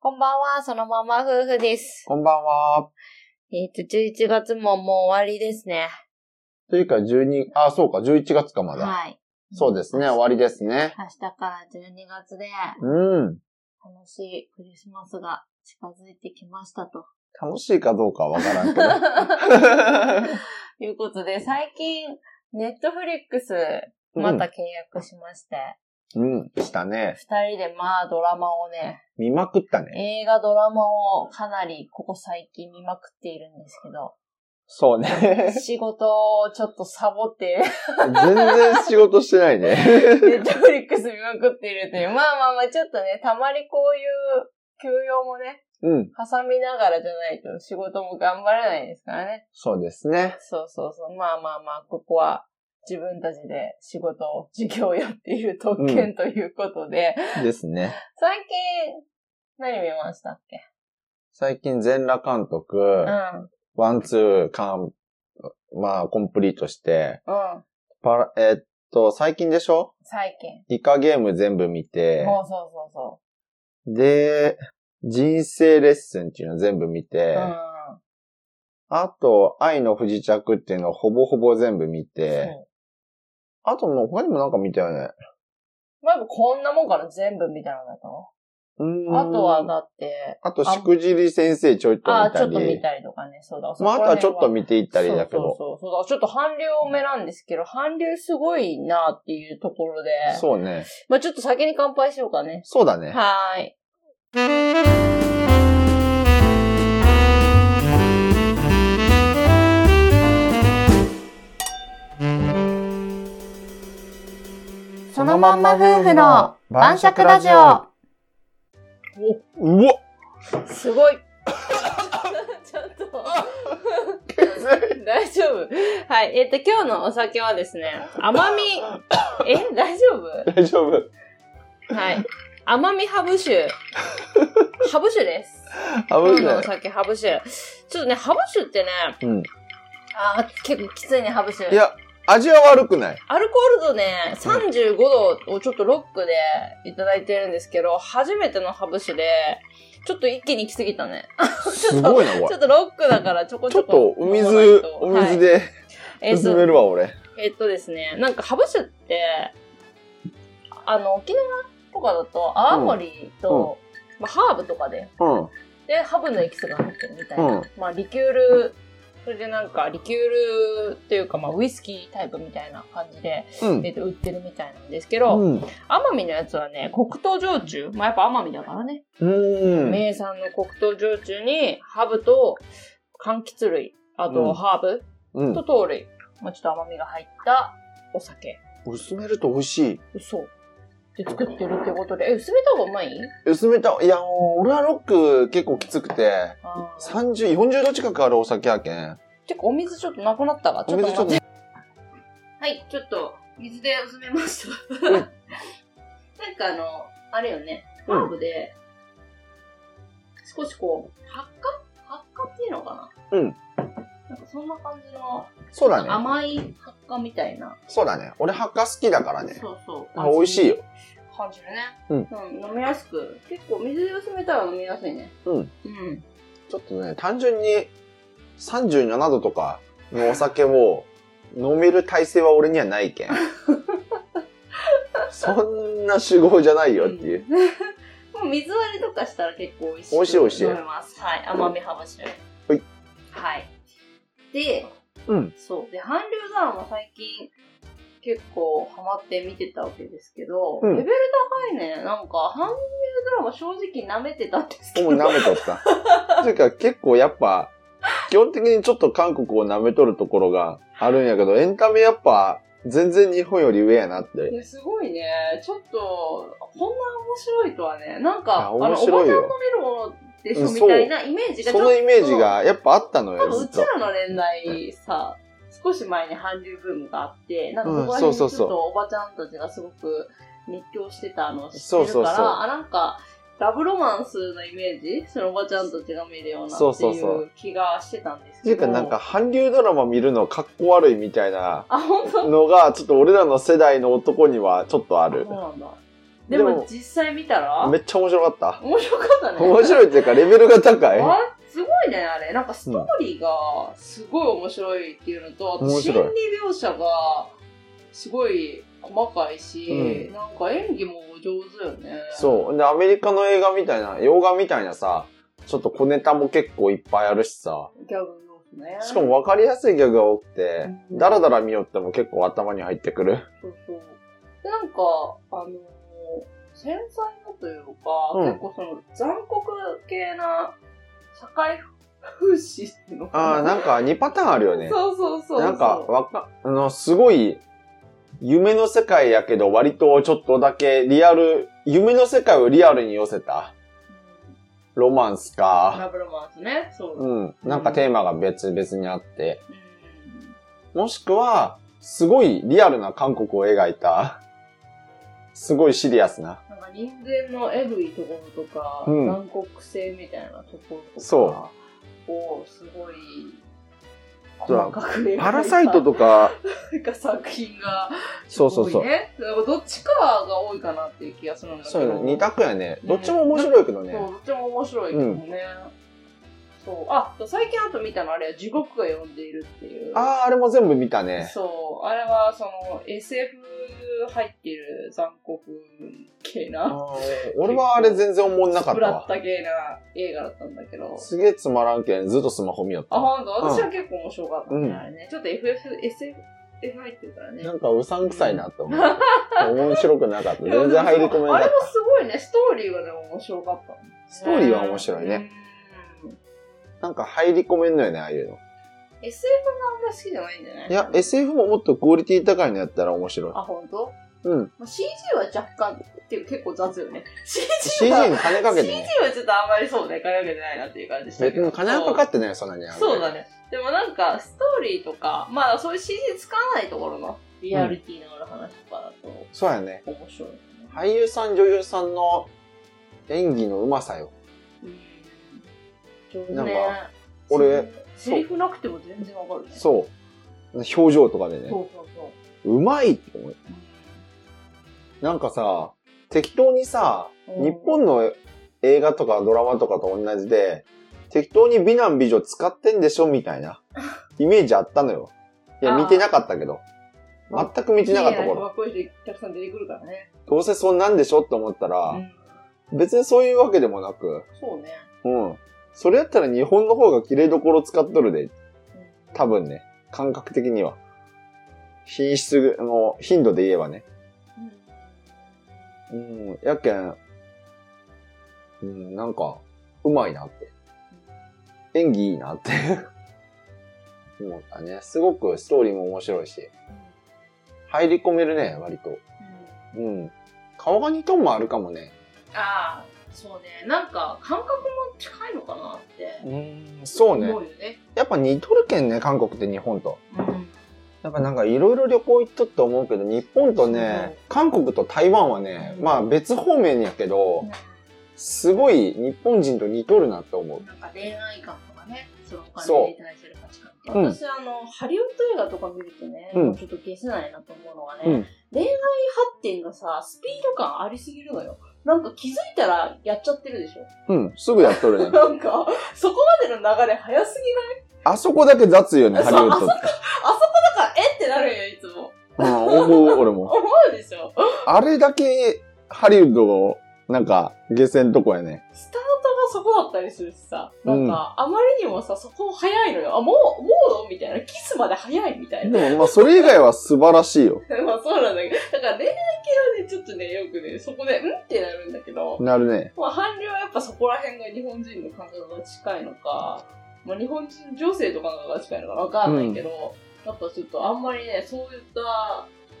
こんばんは、そのまま夫婦です。こんばんは。えっ、と、11月ももう終わりですね。というか、12、あ、そうか、11月かまだ。はい。そうですね、終わりですね。明日から12月で、うん。楽しいクリスマスが近づいてきましたと。楽しいかどうかはわからんけど。 いうことで、最近、ネットフリックス、また契約しまして、うん、したね。二、人でまあドラマをね、見まくったね。映画ドラマをかなりここ最近見まくっているんですけど、 そうね。仕事をちょっとサボって、全然仕事してない ね。ネットフリックス見まくっているという。まあまあまあ、ちょっとね、たまにこういう休養もね、うん、挟みながらじゃないと仕事も頑張れないですからね。そうですね。そうそうそう。まあまあまあ、ここは自分たちで仕事を、授業をやっている特権ということで、ですね。最近、何見ましたっけ最近、全裸監督、うん。うん。ワン、ツー、カン、まあ、コンプリートして、パラ、えっと、最近でしょ最近。イカゲーム全部見て、もうそうそうそで、人生レッスンっていうの全部見て、う。うん。あと、愛の不時着っていうのをほぼほぼ全部見て、そうあともう他にもなんか見たよね。まあ、やっぱこんなもんから全部見たのだと。うーんあとは、だって、あと、しくじり先生ちょいとああ、見ちたょっと見り、たりとかね、そうだ。まあ、あとはちょっと見見ていったりだけそうそど、うそうそうだ。ちょっと韓流多めなんですけど、韓流すごいなっていうところで、そうね。まあちょっと先に乾杯しようかね。そうだね。はーい。そのまんま夫婦の晩酌ラジオ。うわすご い。ちょっと。大丈夫。はい。えっ、と、今日のお酒はですね、甘 み、え、大丈夫大丈夫。はい。甘みハブ酒。ハブ酒です。あぶ今日のなおい。酒、ハブ酒。ちょっとね、ハブ酒ってね、うんあー結構きついね、ハブ酒。いや、味は悪 くない。アルコール度ね、35度をちょっとロックでいただいてるんですけど、初めてのハブ酒で、ちょっと一気に来すぎたね。すごいな、こちょれ。っとロックだからちょこちちょょっとこ、お水、お水ではい、えっ進めと、るわ、俺。えっとですね、なんかハブ酒って、あの、沖縄とかだと泡盛と、まあ、ハーブとかで、うん。で、ハブのエキスが入ってるみたいな。うんまあ、リキュール、それでなんか、リキュールっていうか、まあ、ウイスキータイプみたいな感じで、うんえっと、売ってるみたいなんですけど、うん。奄美のやつはね、黒糖焼酎、まあ、やっぱ奄美だからね、うん。名産の黒糖焼酎に、ハブと柑橘類、あうとんハーブ、うんと糖類、もうちょっと甘みが入ったお酒。薄めると美味しい。嘘。で作ってるってことで、え、薄めた方がうまい薄めた、いや、俺はロック結構きつくて、あー30、40度近くあるお酒やけん。てか、お水ちょっとなくなったわ。ちょおっと水ち待っ。ょってはい、ちょっと、水で薄めました。ん なんかあの、あれよね、ハうんーブで、少しこう、発火発火っていうのかなうん。なんかそんな感じの、と、そうだね。甘い発火みたいな。そうだね。俺、ハッカ好きだからね。そうそう。あ美味しいよ。感じるね。うん。飲みやすく。結構水で薄めたら飲みやすいね。うん。うん。ちょっとね、単純に37度とかのお酒を飲める体勢は俺にはない けん。そんな酒豪じゃないよっていう。もう水割りとかしたら結構美味しい。美味しい美味しい飲めます。はい。甘みハブ酒。はい。はい。で、うん。そう。で、韓流ドラマ最近結構ハマって見てたわけですけど、うレんベル高いね。なんか、韓流ドラマ正直舐めてたんですけもど。う舐めとっ た。というか結構やっぱ、基本的にちょっと韓国を舐めとるところがあるんやけど、エンタメやっぱ全然日本より上やなって。いやすごいね。ちょっと、こんな面白いとはね。なんか、ああの、おば面ちゃん白のい見よるものでしょうんみたいなイメージがちそょっとのイメージがやっぱあったの多よ、分うずっちと。らの年代さ、少し前に韓流ブームがあって、なんかうんそこら辺にちそょうっそうそうとおばちゃんたちがすごく熱狂してたのを知ってるから、そうそうそうあ、なんか、ラブロマンスのイメージそのおばちゃんたちが見るようなそうってそういそうう気がしてたんですっていけうかど。なんか韓流ドラマ見るのかっこ悪いみたいなあ、本当のが、ちょっと俺らの世代の男にはちょっとあそうる。なんだ。ででもも実際見たらめっちゃ面白か面白かったっねた。面白いっていうか、レベルが高い。あすごいねあれなんかストーリーがすごい面白いっていうのと、あと面心白い理描写がすごい細かいし、うなんか演技も上手よねそう。で、アメリカの映画みたいな、洋画みたいなさ、ちょっと小ネタも結構いっぱいあるしさ、ギャグ要素ねしかも分かりやすいギャグが多くて、うんダラダラ見よっても結構頭に入ってくる。そうそうでなんかあのー繊細なというか、うん結構その残酷系な社会風刺っていうのかなああ、なんか2パターンあるよね。そうそうそうそうなんか、わか、あの、すごい、夢の世界やけど、割とちょっとだけリアル、夢の世界をリアルに寄せたうんロマンスか。ラブロマンスねそう、うんうん。なんかテーマが別々にあって。もしくは、すごいリアルな韓国を描いた、すごいシリアスな。なんか人間のエグいところとか、うん残酷性みたいなところとかそをすごいじゃ細あかく描いたパラサイトとか、なんか作品がそうそうそう多いねなんかどっちかが多いかなっていう気がするんだけどそういうの二択やね。どっちも面白いけどね。そう、どっちも面白いけどね。そう。あ、そう最近あと見たのあれ、地獄が呼んでいるっていう。ああ、あれも全部見たね。そう。あれは、その、SF 入ってる残酷系あな、ー 俺はあれ全然思んなかスっプたラッわ。タ系な映画だったんだけど。すげえつまらんけん、ずっとスマホ見よったあ、わ。ほんと私は結構面白かったね、うんあれね。ちょっと FF、SF 入ってるからね。なんかうさんくさいなって思って。 面白くなかった。全然入り込めなあかれっもすごいね、ストーリーがでも面白かった。た。ストーリーは面白いね。うん。なんか入り込めんのよね、ああいうの。 SF があんまり好きじゃないんじゃないいや、SF ももっとクオリティ高いのやったら面 白い。あ、本当？うん。まあ、CG は若干っていう結構雑よね。 CG CG はに金かけて CG ね。はちょっとあんまりそうね、金かけてないなっていう感じした別けど。に金はかかってないよ、そんなに。そうだね。でもなんか、ストーリーとか、まあそういう CG 使わないところのリアリティのある話とかだとそうやね。面白い、ね俳優さん、女優さんの演技のうまさよ。うん。上手なんねか。俺セリフなくても全然わかるね。う。そう。表情とかでね。そうそうそう。うまいって思う。なんかさ、適当にさ、うん日本の映画とかドラマとかと同じで、適当に美男美女使ってんでしょみたい なイメージあったのよ。いや、あー見てなかったけど。全く見てなかった綺麗頃。かっこいい人たくさん出てくるからね。どうせそんなんでしょって思ったうら、ん別にそういうわけでもなく、そうね。うん。それやったら日本の方が綺麗どころ使っとるで、うん多分ね。感覚的には。品質の、頻度で言えばね。うん。やけん、うん、なんか、うまいなって。演技いいなって。 思ったね。すごくストーリーも面白いし、入り込めるね、割と。うん。顔が似とんもあるかもね。ああそうねなんか感覚も近いのかなってうん、そうね思。うよね。やっぱ似とるけんね、韓国って日本と。うんやっぱなんかいろいろ旅行行っとって思うけど、日本とね、韓国と台湾はね、うんまあ別方面やけど、すごい日本人と似とるなって思う。なんか恋愛感とかねそのおそう金に対する価値観ってうん私、あのハリウッド映画とか見るとね、うんもうちょっと消せないなと思うのがね、うん恋愛発展がさスピード感ありすぎるのよ。なんか気づいたらやっちゃってるでしょ。うん、すぐやっとるね。なんか、そこまでの流れ早すぎないあそこだけ雑よね、ハリウッドって。あそこだからえってなるんよ、いつも。うん、思う、俺も。思うでしょ。あれだけ、ハリウッドの、なんか、下船とこやね。スタートがそこだったりするしさ、なんか、あまりにもさ、そこ早いのよ。あ、もう、もうみたいな。キスまで早いみたいな。でも、まあ、それ以外は素晴らしいよ。 まあそうなんだけど、だから恋愛系はね、ちょっとね、よくね、そこで、うんってなるんだけど、なるね。まあ韓流はやっぱそこら辺が日本人の感覚が近いのか、まあ日本人女性と感覚が近いのかわかんないけど、やっぱちょっとあんまりね、そういった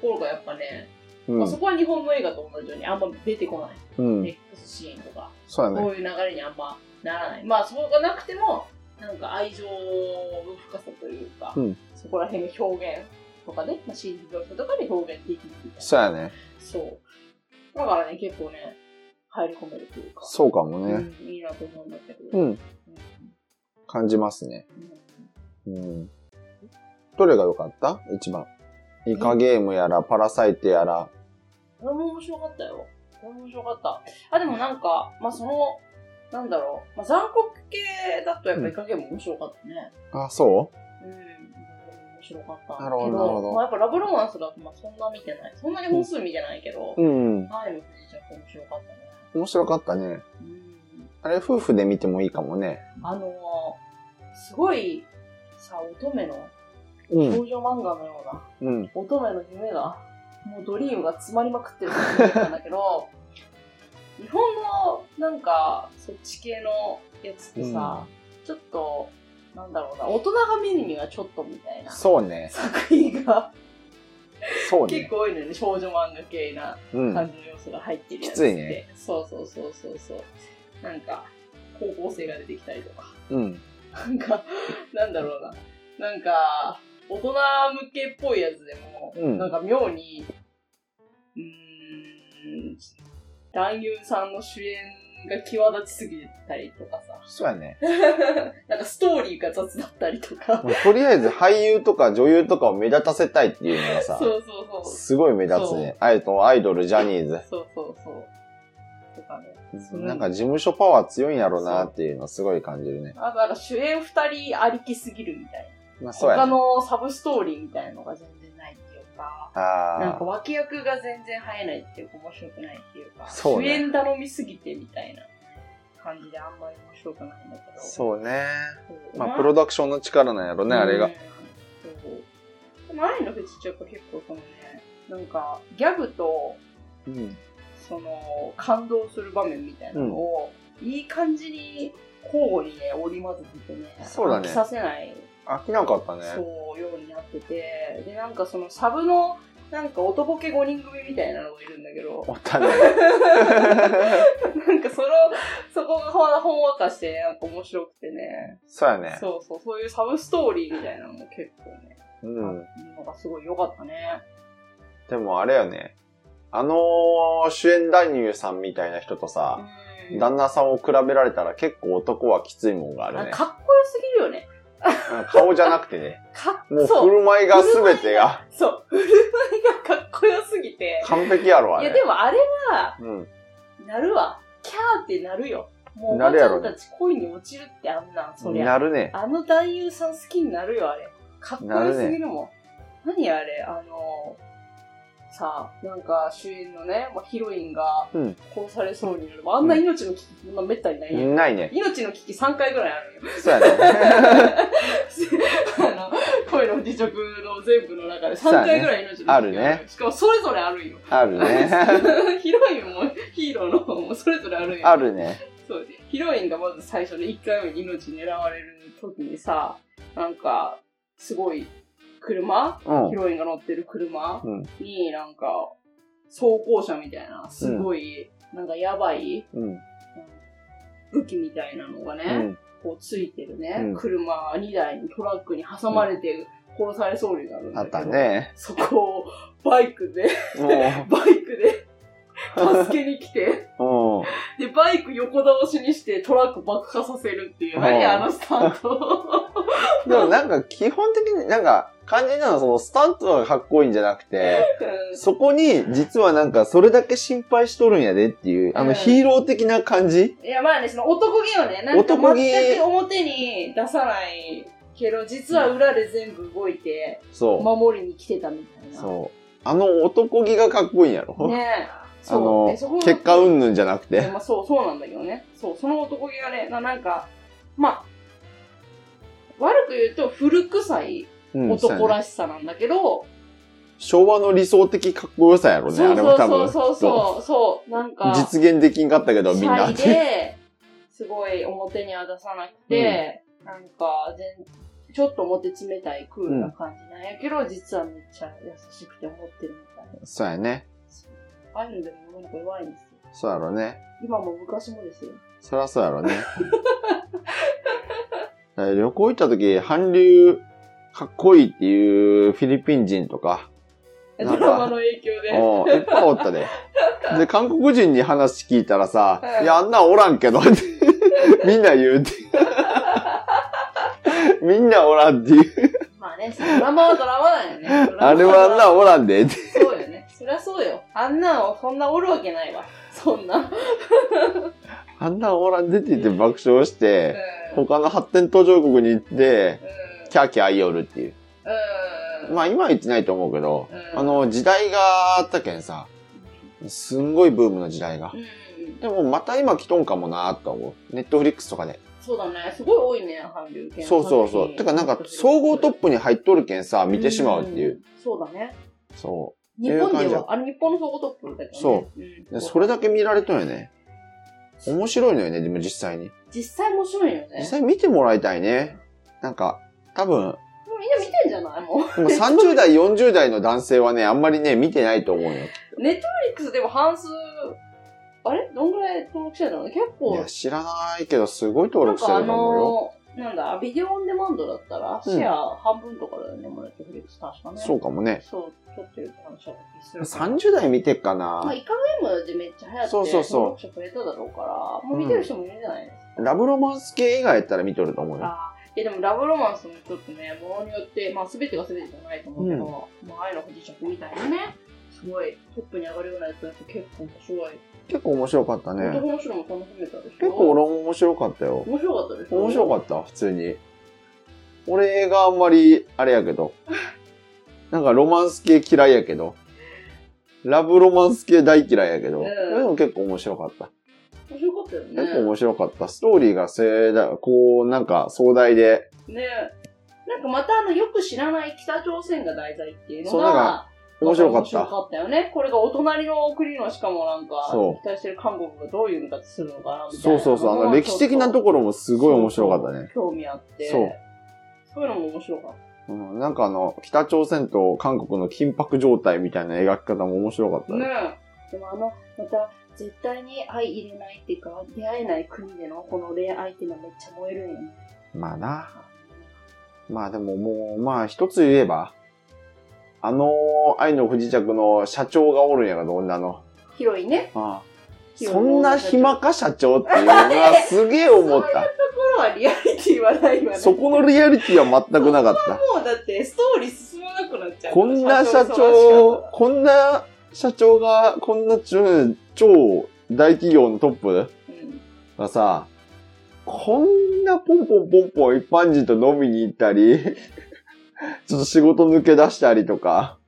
ところがやっぱね、うまあそん。こは日本の映画と同じようにあんま出てこない。うん。セックスシーンとか。そうやこね。ういう流れにあんまならない。まあ、そこがなくても、なんか愛情の深さというか、うんそこら辺の表現とかね、まあ、心理描写とかで表現できるみたいな。そうやね。そう。だからね、結構ね、入り込めるというか、そうかもね。うん、いいなと思うんだけど。ううんん。感じますね。うんうん。どれが良かった一番。イカゲームやら、パラサイトやら。これも面白かったよ。れ面白かった。あ、でもなんか、まあその、なんだろう、まあ、残酷系だとやっぱイカゲーム面白かったね。あ、そうん。面白かった。なるほどなるほどまあやっぱラブロマンスだとまあそんな見てない。そんなに本数見てないけど、ううん。愛の不時着面白かったね。面白かったね。うん。あれ、夫婦で見てもいいかもね。あのー、すごい、さ、乙女のう少。女漫画のような、うん。乙女の夢が、もうドリームが詰まりまくってるって思ったんだけ ど、日本のなんか、そっち系のやつってさ、ちょっと、なんだろうな、大人が見るにはちょっとみたいなそうね。作品がそう結ね。構多いのよね、少女漫画系なうん。感じの要素が入ってるやつって。きついねそうそうそうそうそう。なんか、高校生が出てきたりとか。うん。なんか、なんだろうな。なんか、大人向けっぽいやつでも、うんなんか妙に、うーん、男優さんの主演が際立ちすぎたりとかさ、 そうやね。なんかストーリーが雑だったりとか、もうとりあえず俳優とか女優とかを目立たせたいっていうのがそうさ、そうそう。すごい目立つね。あえとアイドル、ジャニーズ。そうそうそう。とかね。そうなんか事務所パワー強いんやろなっていうのすごい感じるね。あとなんか主演二人ありきすぎるみたいな。まあそうや他ね。のサブストーリーみたいなのが全然ないっていうか。なんあか脇役が全然生えないっていうか面白くないっていうか、そうね主演頼みすぎてみたいな感じであんまり面白くないんだけあ。ど。そうね。そうまあプロダクションの力なんやろね、あれ。うがん。そうでも愛の不時着は結構そのね、なんかギャグとうん。その感動する場面みたいなのを、いい感じに交互にね、織り交ぜててね、そうだね飽きさせない飽きなかったね。そうようになっててでなんかそのサブのなんか男気5人組みたいなのがいるんだけど おったね。なんかそのそこがほんわかしてなんか面白くてねそうやね。そうそうそういうサブストーリーみたいなのも結構ね、うん。あるのがすごい良かったねでもあれよね。あの主演男優さんみたいな人とさ、うん旦那さんを比べられたら結構男はきついもんがあるあね。かっこよすぎるよねうん顔じゃなくてね。かもう振そうる舞いが全てがそう振る舞いがかっこよすぎて完璧やろ、あいれ。やでもあれはうん。なるわキャーってなるよもうおなばるちやゃろんねたち恋に落ちるってあんなんそりゃなるね。あの男優さん好きになるよ、あれ。かっこよすぎるもん。何あれ、あの、さあ、なんか主演のね、まあ、ヒロインがうん殺されそうになる。あんな命の危機、そんなめったにないやん。ないね。命の危機3回ぐらいあるよ。そうやね。 あの、恋の辞職の全部の中で3回ぐらい命の危機がそうやねあるしかもそれぞれあるんよ。 あるね。ヒロインもヒーローの方もそれぞれあるんよ。あるね。そう、ヒロインがまず最初の1回目に命狙われる時にさ、なんか、すごい、車、うんヒ。ロインが乗ってる車うんになんか、装甲車みたいな、すごい、なんかやばいうん。武器みたいなのがね、うん。こうついてるね、うん車2台にトラックに挟まれて殺されそうになるんだあっけど、たね。そこをバイクで、 もバイクで助けに来て、う、うん。で、バイク横倒しにしてトラック爆破させるっていう。何うんあのスタント。でもなんか基本的になんか肝心なのはそのスタントがかっこいいんじゃなくて、そこに実はなんかそれだけ心配しとるんやでっていう、あうのんヒーロー的な感じいや、まあね、その男気をね、なんか男気全く表に出さないけど、実は裏で全部動いて、そ。守りに来てたみたいうな。そう。あの男気がかっこいいんやろ、ねえ。あそうのえそこ、が結果云々じゃなくて。まあ、そう、そうなんだけどね。そう、その男気がね、ななんか、まあ、悪く言うと古臭いうん男そうやねらしさなんだけど、昭和の理想的かっこよさやろね、そあうれは多そう分。そうきっそう、そう、なんかと、実現できんかったけど、みんシャなっイて。で、すごい表には出さなくて、なんか全、ちょっと表冷たいクールな感じなんやけど、実はめっちゃ優しくて思ってるみたいな。そうやね。ああいうのでもなんか弱いんですよ。そうやろね。今も昔もですよ。そりゃそうや ろね。だから旅行行った時、韓流かっこいいっていうフィリピン人とか、なんドかラマの影響で。うんいっぱいおったで。で、韓国人に話聞いたらさ、うんいや、あんなんおらんけ どって、みんな言うて。みんなおらんっていう。 まあね、そのドラマはドラマだ よね。ドラマあれはあんなんおらんでって。そうよね。そりゃそうよ。あんなのそんなおるわけないわ。そそんな。あんなオーラン出てて爆笑して、うん。他の発展途上国に行って、キャーキャー言いよるっていう。うん。まあ今は言ってないと思うけど、うんあの、時代があったけんさ、すんごいブームの時代がう。ん。でもまた今来とんかもなーと思う。ネットフリックスとかで。そうだね。すごい多いね、韓流系のそうそうそ作う。品てかなんか総合トップに入っとるけんさ、見てしまうっていう。ん。そうだね。そ日本っていう感じでだは、あれ日本の総合トップだよね。そうん。う。でそれだけ見られとんよね。面白いのよね、でも実際に。実際面白いよね。実際見てもらいたいね。なんか、多分、もうみん な見てんじゃないももう30代、40代の男性はね、あんまりね、見てないと思うよ。う。ネットフリックスでも半数、あれどんぐらい登録してるの結い構や、、知らないけど、すごい登なん録してかあると思うよ。の、なんだ、ビデオオンデマンドだったら、シェア半分とかだよね、もうネットフリックス確かね。そうかもね。そう、撮ってるって話はお聞きするから。 30代見てっかまあ、な。イカゲームでめっちゃ流行って、そうそうそう登録者増えただろうから、もう見てる人もいるんじゃないですか。ラブロマンス系以外やったら見とると思うよ。あーいやでもラブロマンスもちょっとね、ものによって、まあ全てが全てじゃないと思うけど、まあ愛の不時着みたいなね、すごいトップに上がるようなやつだと結構面白い。結構面白かったね。男の人も楽しめたでしょ結構俺も面白かったよ。面白かったでしょ面白かった、普通に。俺映画あんまり、あれやけ ど。なんかロマンス系嫌いやけど。ラブロマンス系大嫌いやけど。うんでも結構面白かった。面白かったよね。結構面白かった。ストーリーが盛大、こう、なんか壮大で。ねなんかまたあの、よく知らない北朝鮮が題材っていうのそうなんがか、面白かっ面白た。かったよね。これがお隣の国のしかもなんか、そう期待してる韓国がどういうのかするのかなみたいそな。うそうそう。あの歴史的なところもすごい面白かったね。興味あって。そう。そういうのも面白かった。うんなんかあの、北朝鮮と韓国の緊迫状態みたいな描き方も面白かったね。ねえ。でもあの、また、絶対に相入れないっていうか、出会えない国でのこの恋愛っていうのはめっちゃ燃えるんよね。まあな。まあでももう、まあ一つ言えば、あの愛の不時着の社長がおるんやがど、女の。広いね。ああ広いそんな暇か社長っていう のはすげえ思った。ところはリアリティはないわね。そこのリアリティは全くなかった。もうだってストーリー進まなくなっちゃう。こんな社の長、こんな社長が、こんな超超大企業のトップ忙しかっがさ、こんなポンポンポンポン一般人と飲みに行ったり、 ちょっと仕事抜け出したりとか、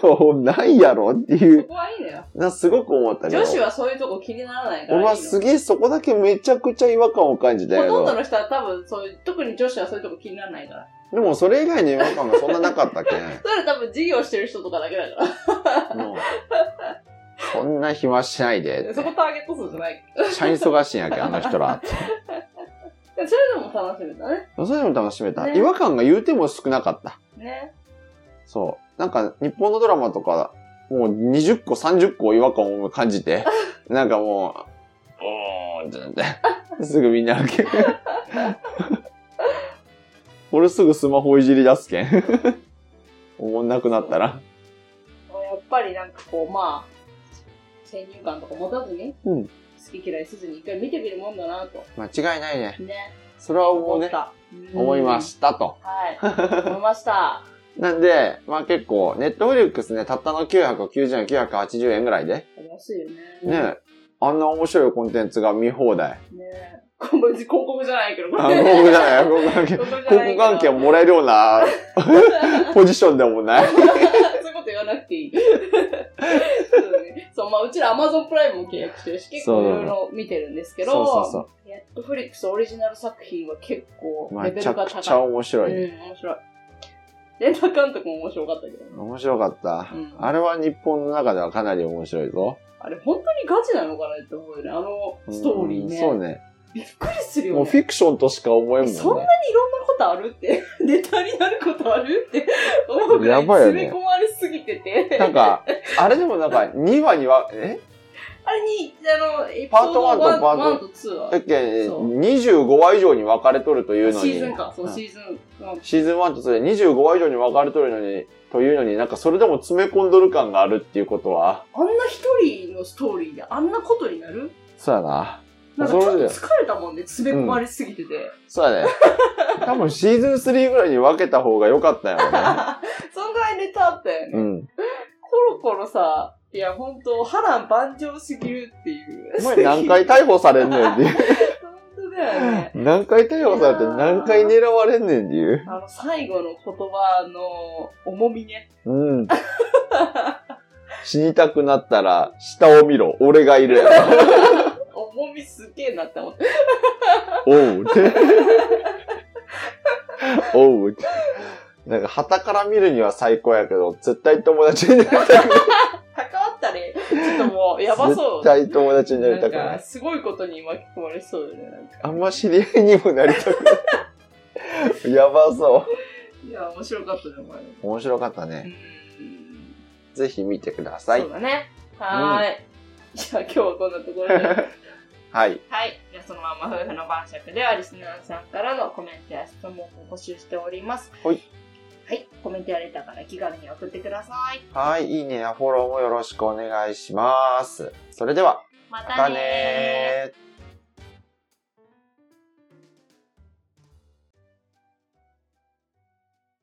今日ないやろってたうい、ん。そうこはいいのよ。なすごく思ったね。女子はそういうとこ気にならないからいい俺の。はすげえそこだけめちゃくちゃ違和感を感じたけほとんどど、の人は多分そういう、特に女子はそういうとこ気にならないから。でもそれ以外の違和感がそんななか ったっけねそれは多分授業してる人とかだけだかもうそんな暇しないで ら。。そこターゲット数じゃない。社員忙しいんやけ、あの人ら。それでも楽しめたね。それでも楽しめた。ね違和感が言うても少なかった。ね。そう。なんか、日本のドラマとか、もう20個、30個違和感を感じて、なんかもう、うーんってなって、すぐみんな受け。俺すぐスマホいじり出すけん。おもんなくなったら。やっぱりなんかこう、まあ、先入観とか持たずに、うん好き嫌いせずに一回見てみるもんだなと。間違いないね。ね。それは思う思っね。た。うん思いま。したと。はい。思いま した。なんで、まあ結構、ネットフリックスね、たったの990円、980円ぐらいで、安いよね。ね、あんな面白いコンテンツが見放題。ねこん広告じゃないけど、こあ、 れ広告じゃない、広告関係。広告じゃ ない広告けど関係をもらえるよ うなポジションでもない。そういうこと言わなくてい い。そうだねそう、まあ、うちら Amazon プライムも契約してるし、結構いろいろ見てるんですけど、そうそうそネットフリックスオリジナル作品は結構レベめルちゃがくちゃ高い。面白い。うん、面白い。レンタ監督も面白かったけどね、面白かった、うんあれは日本の中ではかなり面白いぞ。あれ、本当にガチなのかなって思うよね、あのストーリーね。うんそうね。びっくりするよね。もうフィクションとしか思えんもんね。そんなにいろんなことあるって、 ネタになることある って思うぐらいやばいよね詰め込まれすぎてて。なんか、あれでもなんか2話には、えあれに、あの、エピパソーートドワンと1パート1と2はだっけそう25話以上に分かれとるというのに。シーズンか、そう、うんシーズン1。シーズン1とそれ25話以上に分かれとるのに、というのになんかそれでも詰め込んどる感があるっていうことは、あんな一人のストーリーであんなことになるそうやな。なんかちょっそとうだよ疲れたもんね、詰め込まれすぎてて。そう だね。多分シーズン3ぐらいに分け た方が良かったよね。そんぐらいネタあったよね。うん。コロコロさ、いや、本当波乱万丈すぎるっていう。お前 何回逮捕されんねんっていう。本 当だよね。何回逮捕されて何回狙われんねんっていう。あの、最後の言葉の重みね。 うん。死にたくなったら、下を見ろ、俺がい るやろ。重みすげえなって思って。おうって。おうって。なんか、旗から見るには最高やけど、絶対友達になり たくない。関わったね。ちょっともう、やばそう。絶対友達になりなたんくなか、い。すごいことに巻き込まれそうだね。なんかあんま知り合いにもなりたくない。やばそいや、面白かったね、お前。う。面白かったね。うんぜひ見てくださいそう。だね。はーい。じゃあ今日はこんなところで。はい。はい。じゃあそのまま夫婦の晩酌ではリスナーさんからのコメントや質問を募集しております。はい。はい。コメントやレターから気軽に送ってください。はい、いいねやフォローもよろしくお願いします。それでは、またねー。またねー。